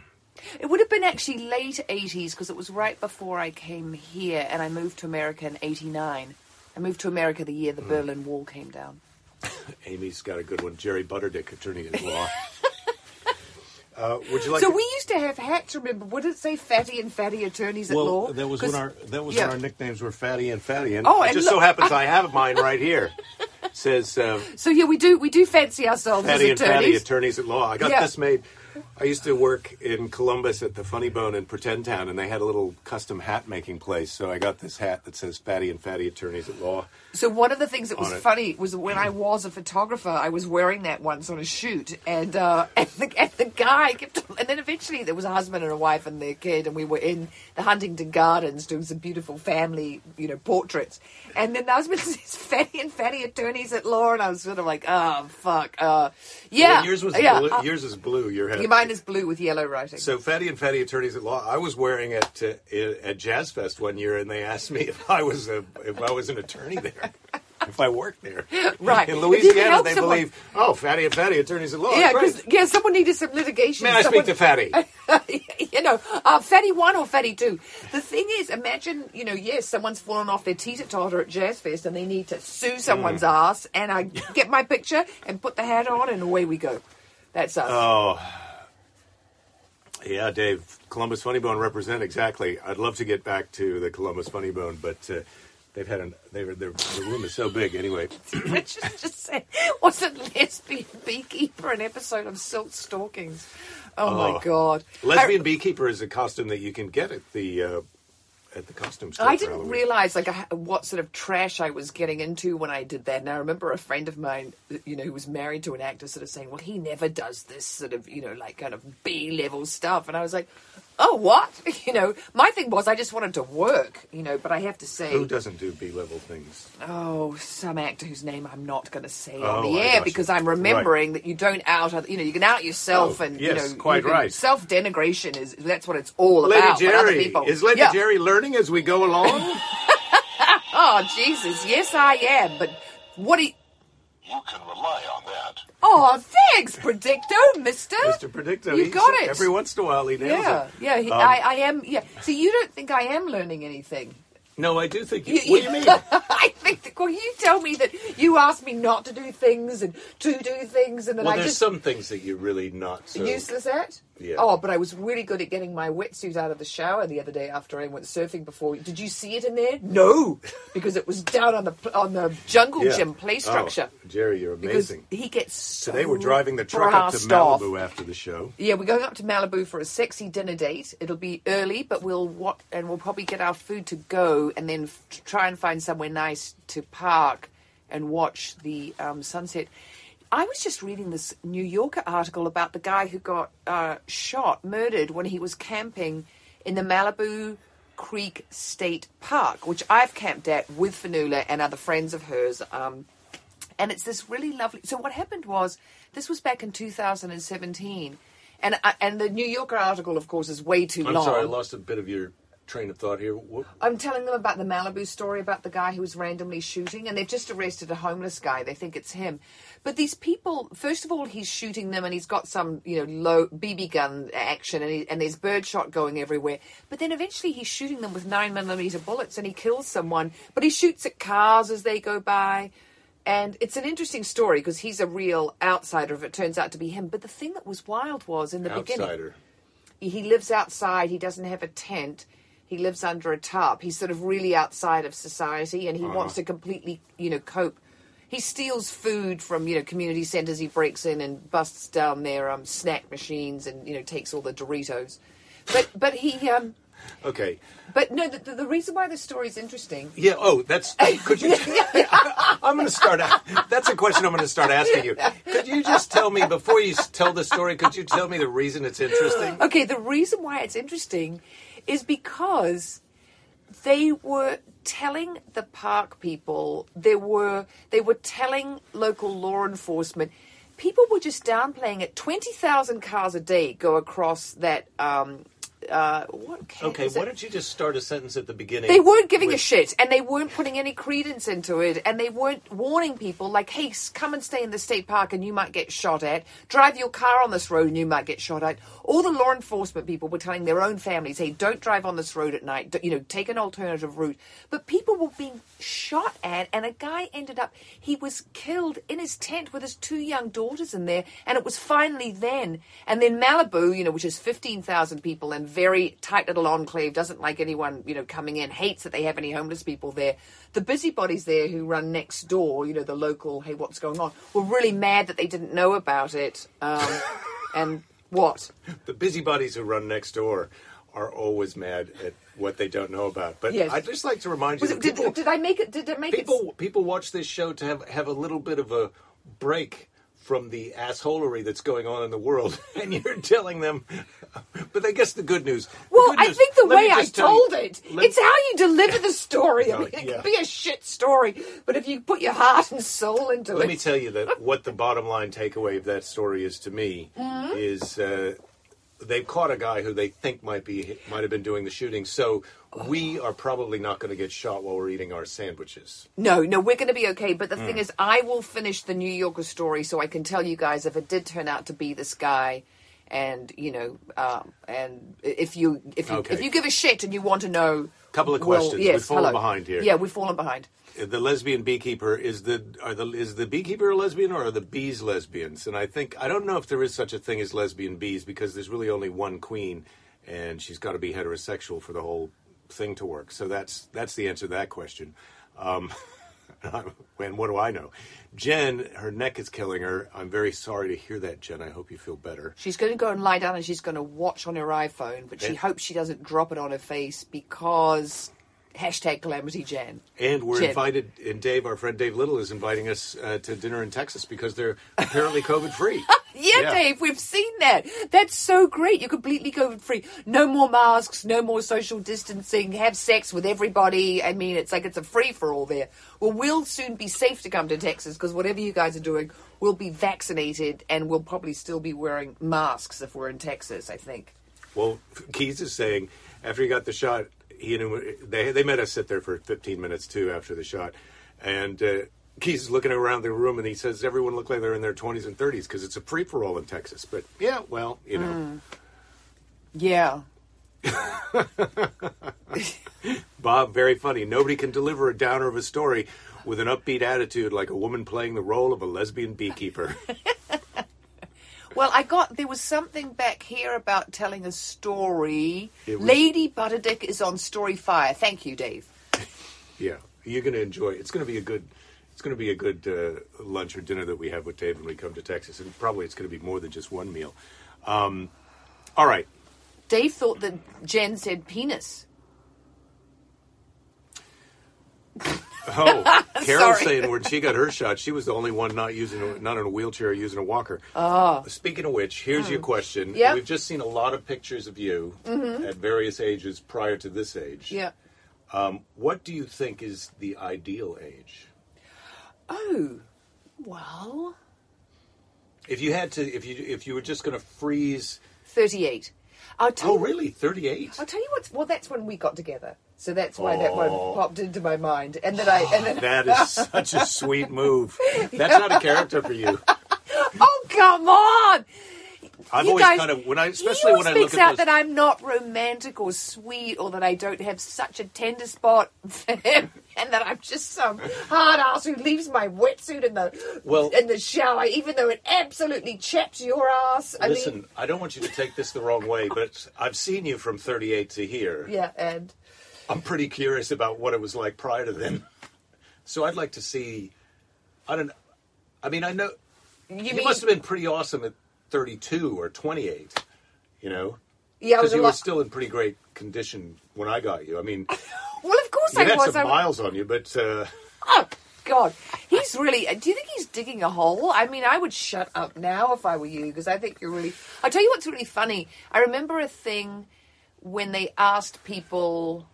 [SPEAKER 2] it would have been actually late eighties because it was right before I came here and I moved to America in eighty nine. I moved to America the
[SPEAKER 1] Mm.
[SPEAKER 2] year the Berlin Wall came down.
[SPEAKER 1] Amy's got a good one. Jerry Butterdick, attorney at law. uh, would you like?
[SPEAKER 2] so
[SPEAKER 1] to-
[SPEAKER 2] we used to have hats. Remember, would it say "fatty and fatty attorneys
[SPEAKER 1] well,
[SPEAKER 2] at law"?
[SPEAKER 1] that was
[SPEAKER 2] 'Cause-
[SPEAKER 1] when our that was
[SPEAKER 2] yeah.
[SPEAKER 1] when our nicknames were Fatty and Fatty, and
[SPEAKER 2] Oh,
[SPEAKER 1] it
[SPEAKER 2] and
[SPEAKER 1] just
[SPEAKER 2] look-
[SPEAKER 1] so happens I have mine right here. It says uh,
[SPEAKER 2] So yeah, we do we do fancy ourselves
[SPEAKER 1] Fatty and
[SPEAKER 2] as
[SPEAKER 1] Fatty,
[SPEAKER 2] attorneys.
[SPEAKER 1] attorneys at law. I got
[SPEAKER 2] Yeah.
[SPEAKER 1] this made. I used to work in Columbus at the Funny Bone in Pretend Town, and they had a little custom hat making place. So I got this hat that says Fatty and Fatty Attorneys at Law.
[SPEAKER 2] So one of the things that was
[SPEAKER 1] On it. Mm.
[SPEAKER 2] funny was when I was a photographer, I was wearing that once on a shoot, and uh, and, the, and the guy kept, and then eventually there was a husband and a wife and their kid, and we were in the Huntington Gardens doing some beautiful family, you know, portraits, and then the husband says, "Fatty and fatty attorneys at law," and I was sort of like, "Oh fuck, uh, yeah,
[SPEAKER 1] Well, yours was
[SPEAKER 2] yeah,
[SPEAKER 1] blue.
[SPEAKER 2] uh,
[SPEAKER 1] yours is blue. Your hat.
[SPEAKER 2] your mine is blue with yellow writing."
[SPEAKER 1] So fatty and fatty attorneys at law. I was wearing it uh, i- at Jazz Fest one year, and they asked me if I was a, if I was an attorney there, if I worked there.
[SPEAKER 2] Right.
[SPEAKER 1] in
[SPEAKER 2] If you can
[SPEAKER 1] Louisiana,
[SPEAKER 2] help
[SPEAKER 1] they
[SPEAKER 2] someone-
[SPEAKER 1] believe oh fatty and fatty attorneys at law.
[SPEAKER 2] yeah,
[SPEAKER 1] oh, great.
[SPEAKER 2] because yeah, someone needed some litigation.
[SPEAKER 1] May I
[SPEAKER 2] someone-
[SPEAKER 1] speak to fatty?
[SPEAKER 2] you know, uh, fatty one or fatty two. The thing is, imagine, you know, yes, someone's fallen off their teeter totter at Jazz Fest and they need to
[SPEAKER 1] Hmm.
[SPEAKER 2] sue someone's ass, and I get my picture and put the hat on, and away we go. That's us.
[SPEAKER 1] Oh. Yeah, Dave. Columbus Funny Bone represent exactly. I'd love to get back to the Columbus Funny Bone, but uh, they've had an they their the room is so big anyway.
[SPEAKER 2] Richard just said, wasn't Lesbian Beekeeper an episode of Silk Stockings? Oh,
[SPEAKER 1] Oh.
[SPEAKER 2] my God.
[SPEAKER 1] Lesbian beekeeper is a costume that you can get at the uh, at the costume store.
[SPEAKER 2] I
[SPEAKER 1] for
[SPEAKER 2] didn't
[SPEAKER 1] Halloween.
[SPEAKER 2] realize like I- what sort of trash I was getting into when I did that. And I remember a friend of mine, you know, who was married to an actor, sort of saying, "Well, he never does this sort of, you know, like kind of B level stuff." And I was like, "Oh, what?" You know, my thing was I just wanted to work, you know. But I have to
[SPEAKER 1] Who
[SPEAKER 2] say,
[SPEAKER 1] doesn't do B level things?
[SPEAKER 2] oh, some actor whose name I'm not going to say on
[SPEAKER 1] Oh,
[SPEAKER 2] the
[SPEAKER 1] I
[SPEAKER 2] air
[SPEAKER 1] gotcha.
[SPEAKER 2] because I'm remembering that you don't out, other- you know, you can out yourself,
[SPEAKER 1] Oh,
[SPEAKER 2] and
[SPEAKER 1] yes,
[SPEAKER 2] you know,
[SPEAKER 1] quite right.
[SPEAKER 2] Self denigration is that's what it's all
[SPEAKER 1] Lady
[SPEAKER 2] about. with other
[SPEAKER 1] Jerry,
[SPEAKER 2] people.
[SPEAKER 1] is Lady
[SPEAKER 2] Yeah.
[SPEAKER 1] Jerry learning as we go along?
[SPEAKER 2] Oh, Jesus. Yes, I am. But what do you.
[SPEAKER 3] You can rely on that.
[SPEAKER 2] Oh, thanks, Predicto, mister.
[SPEAKER 1] Mr. Predicto,
[SPEAKER 2] You
[SPEAKER 1] he-
[SPEAKER 2] got it.
[SPEAKER 1] Every once in a while, he nails
[SPEAKER 2] yeah,
[SPEAKER 1] it.
[SPEAKER 2] yeah. He,
[SPEAKER 1] Um,
[SPEAKER 2] I, I am. Yeah. So you don't think I am learning anything?
[SPEAKER 1] No, I do think. You, what do you mean?
[SPEAKER 2] I think that, well, you tell me that you asked me not to do things and to do things, and then
[SPEAKER 1] well,
[SPEAKER 2] I
[SPEAKER 1] there's
[SPEAKER 2] just
[SPEAKER 1] some things that you're really not so.
[SPEAKER 2] useless at.
[SPEAKER 1] Yeah.
[SPEAKER 2] Oh, but I was really good at getting my wetsuit out of the shower the other day after I went surfing. Before, did you see it in there? No, because it was down on the pl- on the jungle
[SPEAKER 1] Yeah.
[SPEAKER 2] gym play
[SPEAKER 1] Oh,
[SPEAKER 2] structure.
[SPEAKER 1] Jerry, you're
[SPEAKER 2] because
[SPEAKER 1] amazing.
[SPEAKER 2] he gets so
[SPEAKER 1] Today we're driving the truck up to
[SPEAKER 2] brassed off.
[SPEAKER 1] Malibu after the show.
[SPEAKER 2] Yeah, we're going up to Malibu for a sexy dinner date. It'll be early, but we'll what and we'll probably get our food to go, and then f- try and find somewhere nice to park and watch the um, sunset. I was just reading this New Yorker article about the guy who got uh, shot, murdered when he was camping in the Malibu Creek State Park, which I've camped at with Fanula and other friends of hers. Um, and it's this really lovely. So what happened was this was back in 2017, and I, and the New Yorker article, of course, is way too
[SPEAKER 1] I'm
[SPEAKER 2] long.
[SPEAKER 1] sorry, I lost a bit of your train of thought here. What,
[SPEAKER 2] I'm telling them about the Malibu story about the guy who was randomly shooting, and they've just arrested a homeless guy. They think it's him. But these people, first of all, he's shooting them, and he's got some, you know, low BB gun action, and, he, and there's birdshot going everywhere. But then eventually he's shooting them with 9 millimeter bullets, and he kills someone, but he shoots at cars as they go by. And it's an interesting story because he's a real outsider if it turns out to be him. But the thing that was wild was in the beginning.
[SPEAKER 1] outsider.
[SPEAKER 2] he lives outside. He doesn't have a tent. He lives under a tarp. He's sort of really outside of society, and he wants to completely, you know, cope. He steals food from you know community centres. He breaks in and busts down their um, snack machines, and you know takes all the Doritos. But but he um
[SPEAKER 1] Okay.
[SPEAKER 2] but no the, the, the reason why the story's interesting
[SPEAKER 1] Yeah. Oh, that's. Could you? I'm going to start. That's a question I'm going to start asking you. Could you just tell me before you s- tell the story? Could you tell me the reason it's interesting?
[SPEAKER 2] Okay, the reason why it's interesting is because they were telling the park people there were they were telling local law enforcement people were just downplaying it. Twenty thousand cars a day go across that. Um, uh, what can,
[SPEAKER 1] Okay.
[SPEAKER 2] is
[SPEAKER 1] Why
[SPEAKER 2] it?
[SPEAKER 1] don't you just start a sentence at the beginning?
[SPEAKER 2] They weren't giving a
[SPEAKER 1] with-
[SPEAKER 2] shit, and they weren't putting any credence into it, and they weren't warning people like, "Hey, s- come and stay in the state park, and you might get shot at. Drive your car on this road, and you might get shot at." All the law enforcement people were telling their own families, "Hey, don't drive on this road at night. D- You know, take an alternative route." But people were being shot at, and a guy ended up. He was killed in his tent with his two young daughters in there, and it was finally then. And then Malibu, you know, which is 15,000 people and very tight little enclave, doesn't like anyone, you know, coming in, hates that they have any homeless people there. The busybodies there who run next door, you know, the local, hey, what's going on, were really mad that they didn't know about it. Um, and what?
[SPEAKER 1] The busybodies who run next door are always mad at what they don't know about. But
[SPEAKER 2] Yes.
[SPEAKER 1] I'd just like to remind you
[SPEAKER 2] Was
[SPEAKER 1] that
[SPEAKER 2] it, did,
[SPEAKER 1] people,
[SPEAKER 2] did I make it? Did I make it?
[SPEAKER 1] people, people watch this show to have, have a little bit of a break from the assholery that's going on in the world, and you're telling them. But I guess the good news. the
[SPEAKER 2] Well,
[SPEAKER 1] good
[SPEAKER 2] I
[SPEAKER 1] news-
[SPEAKER 2] think the
[SPEAKER 1] let me
[SPEAKER 2] way I
[SPEAKER 1] just tell you-
[SPEAKER 2] told it,
[SPEAKER 1] let-
[SPEAKER 2] it's how you deliver the story. I
[SPEAKER 1] Oh,
[SPEAKER 2] mean, it
[SPEAKER 1] yeah.
[SPEAKER 2] could be a shit story, but if you put your heart and soul into
[SPEAKER 1] Let
[SPEAKER 2] it.
[SPEAKER 1] me tell you that what the bottom line takeaway of that story is to me
[SPEAKER 2] Uh-huh.
[SPEAKER 1] is uh, they've caught a guy who they think might be might have been doing the shooting. So we are probably not going to get shot while we're eating our sandwiches.
[SPEAKER 2] No, no, we're going to be okay. But the
[SPEAKER 1] Hmm.
[SPEAKER 2] thing is, I will finish the New Yorker story so I can tell you guys if it did turn out to be this guy, and you know, um, and if you if you
[SPEAKER 1] Okay.
[SPEAKER 2] if you give a shit and you want to know,
[SPEAKER 1] Couple of
[SPEAKER 2] well,
[SPEAKER 1] questions.
[SPEAKER 2] yes,
[SPEAKER 1] We've fallen
[SPEAKER 2] hello.
[SPEAKER 1] behind here.
[SPEAKER 2] Yeah, we've fallen behind.
[SPEAKER 1] The lesbian beekeeper is the are the is the beekeeper a lesbian or are the bees lesbians? And I think I don't know if there is such a thing as lesbian bees because there's really only one queen, and she's got to be heterosexual for the whole thing to work. So that's that's the answer to that question. Um, and what do I know? Jen, her neck is killing her. I'm very sorry to hear that, Jen. I hope you feel better.
[SPEAKER 2] She's going to go and lie down and she's going to watch on her iPhone, but she
[SPEAKER 1] Yeah.
[SPEAKER 2] hopes she doesn't drop it on her face because hashtag calamity Jan.
[SPEAKER 1] And we're
[SPEAKER 2] Jen.
[SPEAKER 1] invited, and Dave, our friend Dave Little, is inviting us uh, to dinner in Texas because they're apparently COVID free.
[SPEAKER 2] Yeah, Dave, we've seen that. That's so great. You're completely COVID free. No more masks, no more social distancing, have sex with everybody. I mean, it's like it's a free for all there. Well, we'll soon be safe to come to Texas because whatever you guys are doing, we'll be vaccinated and we'll probably still be wearing masks if we're in Texas, I think.
[SPEAKER 1] Well, Keys is saying after he got the shot, he and they they met us sit there for 15 minutes too after the shot, and uh, Keys is looking around the room and he says everyone looked like they're in their 20s and 30s because it's a free for all in Texas. But yeah, well, you know,
[SPEAKER 2] Yeah.
[SPEAKER 1] Bob, very funny. Nobody can deliver a downer of a story with an upbeat attitude like a woman playing the role of a lesbian beekeeper.
[SPEAKER 2] Well, I got there was something back here about telling a story.
[SPEAKER 1] It was-
[SPEAKER 2] Lady Butterdick is on Story Fire. Thank you, Dave.
[SPEAKER 1] yeah, you're going to enjoy. It's going to be a good. It's going to be a good uh, lunch or dinner that we have with Dave when we come to Texas, and probably it's going to be more than just one meal. Um, all right.
[SPEAKER 2] Dave thought that Jen said penis.
[SPEAKER 1] Oh, Carol's
[SPEAKER 2] Sorry.
[SPEAKER 1] saying when she got her shot, she was the only one not using a, not in a wheelchair, using a walker. Oh. Speaking of which, here's your question.
[SPEAKER 2] Hmm. Yep. Mm-hmm.
[SPEAKER 1] We've just seen a lot of pictures of you at various ages prior to this age.
[SPEAKER 2] Yeah.
[SPEAKER 1] What do you think is the ideal age?
[SPEAKER 2] Oh, well,
[SPEAKER 1] If you had to, if you if you were just going to freeze,
[SPEAKER 2] 38. I'll tell
[SPEAKER 1] oh
[SPEAKER 2] you,
[SPEAKER 1] really, thirty eight?
[SPEAKER 2] I'll tell you what's, well, that's when we got together. So that's why that one
[SPEAKER 1] Oh.
[SPEAKER 2] popped into my mind. And then I, and then,
[SPEAKER 1] That is such a sweet move. That's not a character for you.
[SPEAKER 2] oh, come on!
[SPEAKER 1] I've
[SPEAKER 2] You
[SPEAKER 1] always
[SPEAKER 2] guys-
[SPEAKER 1] kind of when I,
[SPEAKER 2] he
[SPEAKER 1] especially
[SPEAKER 2] always
[SPEAKER 1] when I
[SPEAKER 2] makes
[SPEAKER 1] look at
[SPEAKER 2] out
[SPEAKER 1] those-
[SPEAKER 2] that I'm not romantic or sweet or that I don't have such a tender spot for him. and that I'm just some hard ass who leaves my wetsuit in the
[SPEAKER 4] Well-
[SPEAKER 2] in the shower, even though it absolutely chaps your ass. I
[SPEAKER 4] Listen,
[SPEAKER 2] mean,
[SPEAKER 4] I don't want you to take this the wrong way, but I've seen you from 38 to here.
[SPEAKER 2] yeah, and
[SPEAKER 4] I'm pretty curious about what it was like prior to then. So I'd like to see. I don't. I mean, I know
[SPEAKER 2] you,
[SPEAKER 4] you,
[SPEAKER 2] mean
[SPEAKER 4] must have been pretty awesome at 32 or 28. You know,
[SPEAKER 2] yeah, I
[SPEAKER 4] because
[SPEAKER 2] was a
[SPEAKER 4] you
[SPEAKER 2] lot.
[SPEAKER 4] were still in pretty great condition when I got you. I mean,
[SPEAKER 2] well, of course
[SPEAKER 4] you
[SPEAKER 2] I
[SPEAKER 4] had
[SPEAKER 2] was.
[SPEAKER 4] some
[SPEAKER 2] I-
[SPEAKER 4] miles on you, but uh,
[SPEAKER 2] Oh God, he's really. Do you think he's digging a hole? I mean, I would shut up now if I were you because I think you're really. I tell you what's really funny. I remember a thing when they asked people.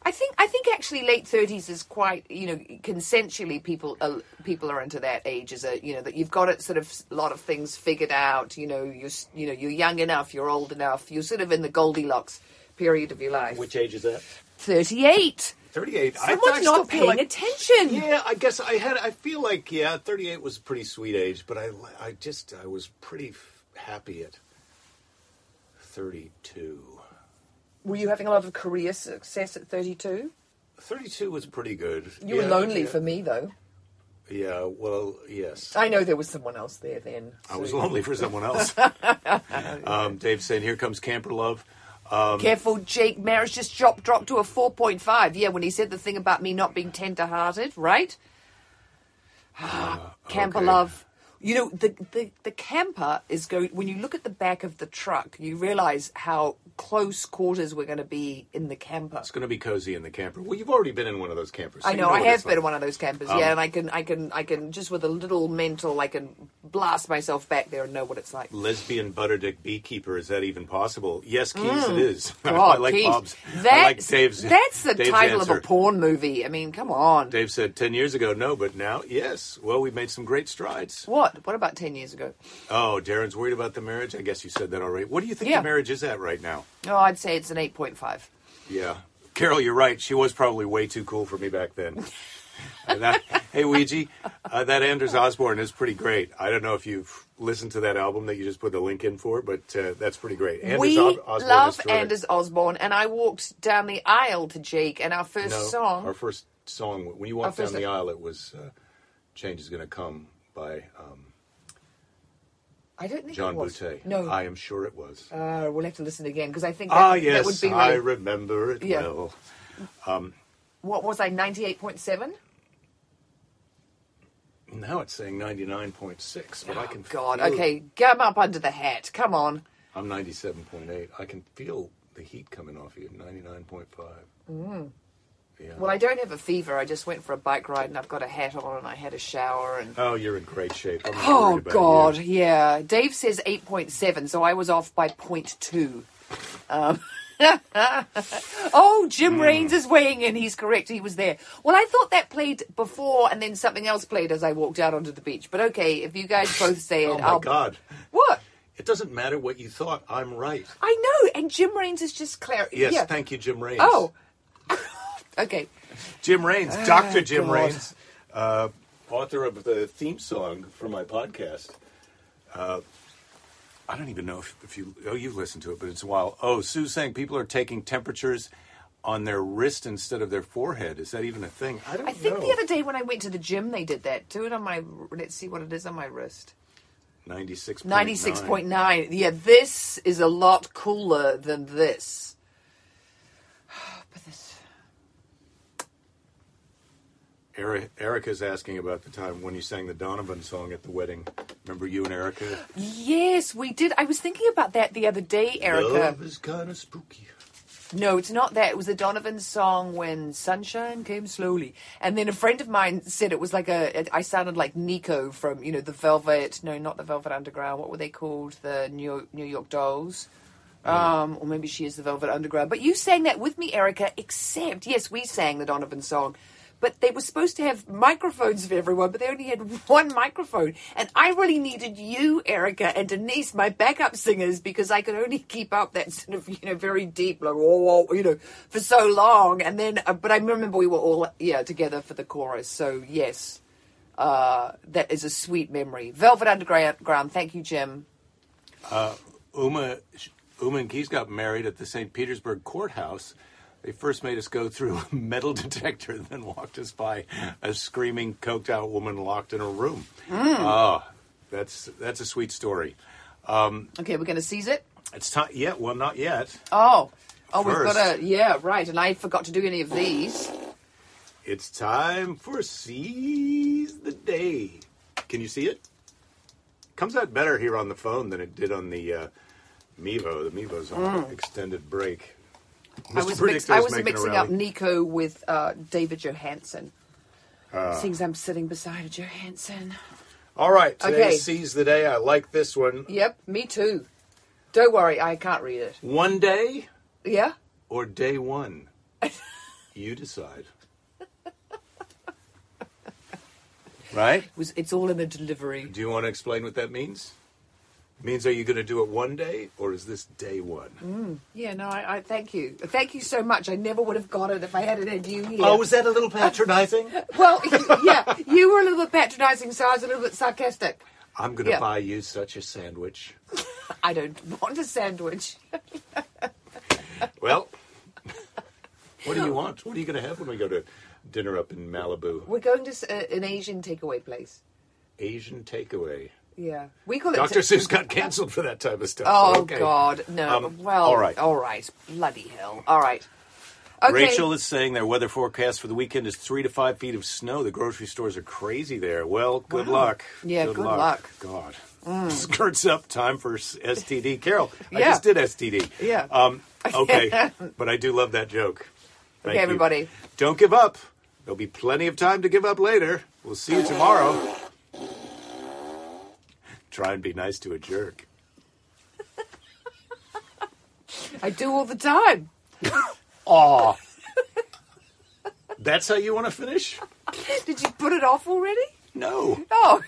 [SPEAKER 2] I think I think actually late thirties is quite you know consensually people are, people are into that age is a you know that you've got it sort of a lot of things figured out you know you s- you know you're young enough you're old enough you're sort of in the Goldilocks period of your life
[SPEAKER 4] which age is that?
[SPEAKER 2] thirty eight
[SPEAKER 4] 38. I- I
[SPEAKER 2] someone's
[SPEAKER 4] still feel
[SPEAKER 2] not paying
[SPEAKER 4] like-
[SPEAKER 2] attention
[SPEAKER 4] Yeah, I guess I had. I feel like yeah, 38 was a pretty sweet age, but I, I just I was pretty f- happy at 32.
[SPEAKER 2] Were you having a lot of career success at 32?
[SPEAKER 4] 32 was pretty good.
[SPEAKER 2] You were
[SPEAKER 4] Yeah,
[SPEAKER 2] lonely
[SPEAKER 4] yeah.
[SPEAKER 2] for me, though.
[SPEAKER 4] Yeah, well, yes.
[SPEAKER 2] I know there was someone else there then.
[SPEAKER 1] I was lonely for someone else. um, Dave's saying, "Here comes camper love."
[SPEAKER 2] Careful, Jake. Marriage just dropped, dropped to a 4.5. Yeah, when he said the thing about me not being tender hearted, right? camper
[SPEAKER 1] Ah, okay.
[SPEAKER 2] love. You know, the, the, the camper is going, when you look at the back of the truck, you realize how close quarters we're going to be in the camper.
[SPEAKER 1] It's going to be cozy in the camper.
[SPEAKER 4] Well, you've already been in one of those campers. so
[SPEAKER 2] I
[SPEAKER 4] you
[SPEAKER 2] know, I
[SPEAKER 4] what
[SPEAKER 2] have
[SPEAKER 4] it's
[SPEAKER 2] been
[SPEAKER 4] like.
[SPEAKER 2] in one of those campers,
[SPEAKER 1] Um,
[SPEAKER 2] yeah, and I can, I can, I can just with a little mental, I can blast myself back there and know what it's like.
[SPEAKER 1] Lesbian butterdick beekeeper. Is that even possible? Yes, Keys, it is. I
[SPEAKER 2] God,
[SPEAKER 1] like
[SPEAKER 2] Mm. Oh, Keith,
[SPEAKER 1] Bob's. I like
[SPEAKER 2] That's,
[SPEAKER 1] Dave's.
[SPEAKER 2] that's the
[SPEAKER 1] Dave's
[SPEAKER 2] title
[SPEAKER 1] answer.
[SPEAKER 2] of a porn movie. I mean, come on.
[SPEAKER 1] Dave said 10 years ago, no, but now, yes. Well, we've made some great strides.
[SPEAKER 2] What? What about ten years ago?
[SPEAKER 1] Oh, Darren's worried about the marriage? I guess you said that already. What do you think
[SPEAKER 2] Yeah.
[SPEAKER 1] the marriage is at right now?
[SPEAKER 2] Oh, I'd say it's an eight point five.
[SPEAKER 1] Yeah. Carol, you're right. She was probably way too cool for me back then. And that, hey, Ouija, uh, that Anders Osborne is pretty great. I don't know if you've listened to that album that you just put the link in for, but uh, that's pretty great. Anders
[SPEAKER 2] we
[SPEAKER 1] Os- Osborne is
[SPEAKER 2] love
[SPEAKER 1] terrific.
[SPEAKER 2] Anders Osborne, and I walked down the aisle to Jake, and our first
[SPEAKER 1] No,
[SPEAKER 2] song.
[SPEAKER 1] Our first song, when you walked
[SPEAKER 2] Our
[SPEAKER 1] down
[SPEAKER 2] first
[SPEAKER 1] the
[SPEAKER 2] song.
[SPEAKER 1] aisle, it was uh, Change is Gonna Come by um,
[SPEAKER 2] I don't think
[SPEAKER 1] John
[SPEAKER 2] it was.
[SPEAKER 1] Boutte.
[SPEAKER 2] No,
[SPEAKER 1] I am sure it was.
[SPEAKER 2] uh, we'll have to listen again because I think that,
[SPEAKER 1] Ah,
[SPEAKER 2] that
[SPEAKER 1] yes,
[SPEAKER 2] would be.
[SPEAKER 1] I
[SPEAKER 2] really-
[SPEAKER 1] remember it
[SPEAKER 2] Yeah.
[SPEAKER 1] well.
[SPEAKER 2] what was I? Ninety eight point seven.
[SPEAKER 1] Now it's saying 99.6, but I can
[SPEAKER 2] Oh, God,
[SPEAKER 1] feel-
[SPEAKER 2] okay, come up under the hat. Come on.
[SPEAKER 1] I'm 97.8. I can feel the heat coming off you, 99.5. Yeah.
[SPEAKER 2] Mm. Well, I don't have a fever. I just went for a bike ride, and I've got a hat on, and I had a shower, and
[SPEAKER 1] oh, you're in great shape. I'm not
[SPEAKER 2] Oh
[SPEAKER 1] worried about
[SPEAKER 2] God,
[SPEAKER 1] you.
[SPEAKER 2] yeah. Dave says eight point seven, so I was off by point two. Um, oh, Jim
[SPEAKER 4] Hmm.
[SPEAKER 2] Raines is weighing in. He's correct. He was there. Well, I thought that played before, and then something else played as I walked out onto the beach. But okay, if you guys both say it,
[SPEAKER 4] Oh my
[SPEAKER 2] I'll.
[SPEAKER 4] God!
[SPEAKER 2] What?
[SPEAKER 4] It doesn't matter what you thought. I'm right.
[SPEAKER 2] I know, and Jim Raines is just clear.
[SPEAKER 4] Yes,
[SPEAKER 2] yeah.
[SPEAKER 4] thank you, Jim Raines.
[SPEAKER 2] Oh. okay.
[SPEAKER 4] Jim Raines, Doctor Jim
[SPEAKER 2] God.
[SPEAKER 4] Raines, uh, author of the theme song for my podcast.
[SPEAKER 1] Uh, I don't even know if, if you, oh, you've listened to it, but it's a while. Oh, Sue's saying people are taking temperatures on their wrist instead of their forehead. Is that even a thing? I don't
[SPEAKER 2] I think
[SPEAKER 1] know.
[SPEAKER 2] the other day when I went to the gym, they did that. Do it on my. Let's see what it is on my wrist.
[SPEAKER 1] 96.9.
[SPEAKER 2] 96.9. Yeah, this is a lot cooler than this. But this.
[SPEAKER 1] Eri- Erica's asking about the time when you sang the Donovan song at the wedding. Remember you and Erica?
[SPEAKER 2] Yes, we did. I was thinking about that the other day, Erica.
[SPEAKER 4] Love is kind of spooky.
[SPEAKER 2] No, it's not that. It was the Donovan song when sunshine came slowly. And then a friend of mine said it was like a. I sounded like Nico from, you know, the Velvet. No, not the Velvet Underground. What were they called? The New York, New York Dolls. Um, or maybe she is the Velvet Underground. But you sang that with me, Erica, except, yes, we sang the Donovan song. But they were supposed to have microphones for everyone, but they only had one microphone. And I really needed you, Erica, and Denise, my backup singers, because I could only keep up that sort of, you know, very deep, like, oh, oh, you know, for so long. And then, uh, but I remember we were all, yeah, together for the chorus. So, yes, uh, that is a sweet memory. Velvet Underground, thank you, Jim.
[SPEAKER 1] Uma, Uma and Keys got married at the St. Petersburg courthouse They first made us go through a metal detector, then walked us by a screaming, coked out woman locked in a room.
[SPEAKER 2] Hmm.
[SPEAKER 1] Oh, that's that's a sweet story.
[SPEAKER 2] Okay, we're going to seize it.
[SPEAKER 1] It's time. Yeah, well, not yet.
[SPEAKER 2] Oh, oh, we we've
[SPEAKER 1] First.
[SPEAKER 2] got to. Yeah, right. And I forgot to do any of these.
[SPEAKER 1] It's time for Seize the Day. Can you see it? Comes out better here on the phone than it did on the uh, Mevo. The Mevo's on extended break.
[SPEAKER 2] Hmm. I
[SPEAKER 1] Mr.
[SPEAKER 2] was,
[SPEAKER 1] Predictor
[SPEAKER 2] mix,
[SPEAKER 1] is
[SPEAKER 2] I was
[SPEAKER 1] making a
[SPEAKER 2] mixing up
[SPEAKER 1] rally.
[SPEAKER 2] Nico with uh, David Johansen.
[SPEAKER 1] Ah.
[SPEAKER 2] Seeing as I'm sitting beside a Johansen.
[SPEAKER 4] All right, today
[SPEAKER 2] Okay.
[SPEAKER 4] seize the day. I like this one.
[SPEAKER 2] Yep, me too. Don't worry, I can't read it.
[SPEAKER 1] One day
[SPEAKER 2] Yeah?
[SPEAKER 1] or day one? you decide. right?
[SPEAKER 2] was it's all in the delivery.
[SPEAKER 1] Do you want to explain what that means? means are you going to do it one day or is this day one?
[SPEAKER 2] Mm, Yeah, no, I, I thank you. Thank you so much. I never would have got it if I had it had you here.
[SPEAKER 1] Oh, was that a little patronizing?
[SPEAKER 2] well, yeah, you were a little bit patronising, so I was a little bit sarcastic.
[SPEAKER 1] I'm going to
[SPEAKER 2] Yeah.
[SPEAKER 1] buy you such a sandwich.
[SPEAKER 2] I don't want a sandwich.
[SPEAKER 1] Well, what do you want? What are you going to have when we go to dinner up in Malibu?
[SPEAKER 2] We're going to s- uh, an Asian takeaway place.
[SPEAKER 1] Asian takeaway.
[SPEAKER 2] Yeah, we call it.
[SPEAKER 1] Dr.
[SPEAKER 2] ta-
[SPEAKER 1] Seuss got canceled for that type of stuff.
[SPEAKER 2] Oh
[SPEAKER 1] Okay.
[SPEAKER 2] God, no.
[SPEAKER 1] Um,
[SPEAKER 2] well,
[SPEAKER 1] all right.
[SPEAKER 2] all right, bloody hell, all right. Okay.
[SPEAKER 1] Rachel is saying their weather forecast for the weekend is three to five feet of snow. The grocery stores are crazy there. Well, good
[SPEAKER 2] Wow.
[SPEAKER 1] luck.
[SPEAKER 2] Yeah, good luck. Mm.
[SPEAKER 1] God. Skirts up. Time for s- STD. Carol, I
[SPEAKER 2] Yeah.
[SPEAKER 1] just did STD.
[SPEAKER 2] Yeah.
[SPEAKER 1] Um, okay, but I do love that joke. Thank
[SPEAKER 2] Okay,
[SPEAKER 1] you.
[SPEAKER 2] everybody.
[SPEAKER 1] Don't give up. There'll be plenty of time to give up later. We'll see you tomorrow. Try and be nice to a jerk.
[SPEAKER 2] I do all the time.
[SPEAKER 1] That's how you want to finish?
[SPEAKER 2] Did you put it off already?
[SPEAKER 1] No.
[SPEAKER 2] Oh.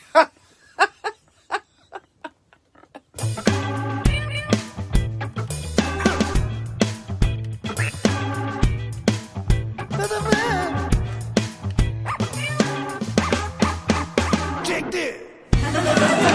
[SPEAKER 1] Take this.